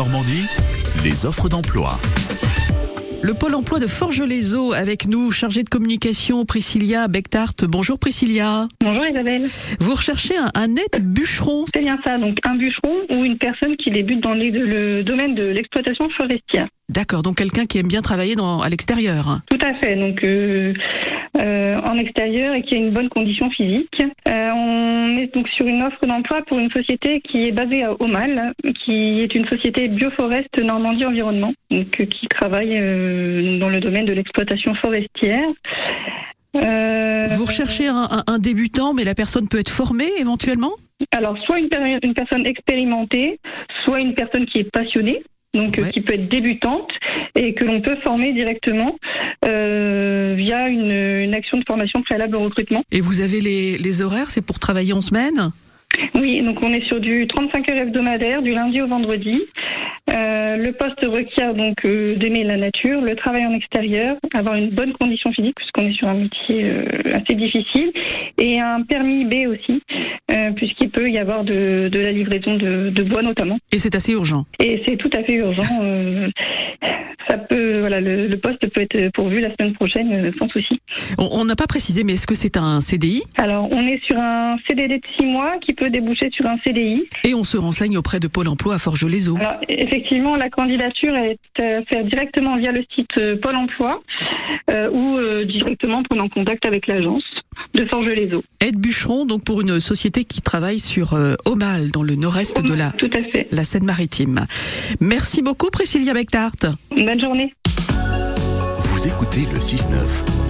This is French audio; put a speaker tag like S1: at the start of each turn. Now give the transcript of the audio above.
S1: Normandie, les offres d'emploi.
S2: Le pôle emploi de Forges-les-Eaux avec nous, chargée de communication Priscilla Bectart. Bonjour Priscilla.
S3: Bonjour Isabelle.
S2: Vous recherchez un, un aide bûcheron.
S3: C'est bien ça, donc un bûcheron ou une personne qui débute dans les- le domaine de l'exploitation forestière.
S2: D'accord, donc quelqu'un qui aime bien travailler dans, à l'extérieur.
S3: Tout à fait, donc euh, euh, en extérieur et qui a une bonne condition physique. Euh, on est donc sur une offre d'emploi pour une société qui est basée à Aumale, qui est une société Bioforest Normandie Environnement, donc, euh, qui travaille euh, dans le domaine de l'exploitation forestière. Euh,
S2: Vous recherchez un, un- un débutant, mais la personne peut être formée éventuellement
S3: Alors, soit une, per- une personne expérimentée, soit une personne qui est passionnée, donc euh,
S2: Ouais.
S3: qui peut être débutante et que l'on peut former directement euh, via une, une action de formation préalable au recrutement.
S2: Et vous avez les, les horaires, c'est pour travailler en semaine
S3: Oui, donc on est sur du 35 heures hebdomadaire, du lundi au vendredi. Euh, le poste requiert donc euh, d'aimer la nature, le travail en extérieur, avoir une bonne condition physique puisqu'on est sur un métier euh, assez difficile et un permis B aussi euh, puisqu'il peut y avoir de, de la livraison de- de bois notamment.
S2: Et c'est assez urgent.
S3: Et c'est tout à fait urgent. euh, ça peut, voilà, le, le poste peut être pourvu la semaine prochaine euh, sans souci.
S2: On on n'a pas précisé, mais est-ce que c'est un CDI
S3: Alors, on est sur un CDD de 6 mois qui peut déboucher sur un CDI.
S2: Et on se renseigne auprès de Pôle emploi à Forges-les-Eaux.
S3: Alors, effectivement, la candidature est à faire directement via le site euh, Pôle Emploi euh, ou euh, directement en prenant contact avec l'agence de Forge les Eaux.
S2: Aide bûcheron, donc pour une société qui travaille sur euh, Aumale, dans le nord-est de la,
S3: Tout à fait.
S2: la Seine-Maritime. Merci beaucoup Priscilla Bectart.
S3: Bonne journée.
S1: Vous écoutez le 6-9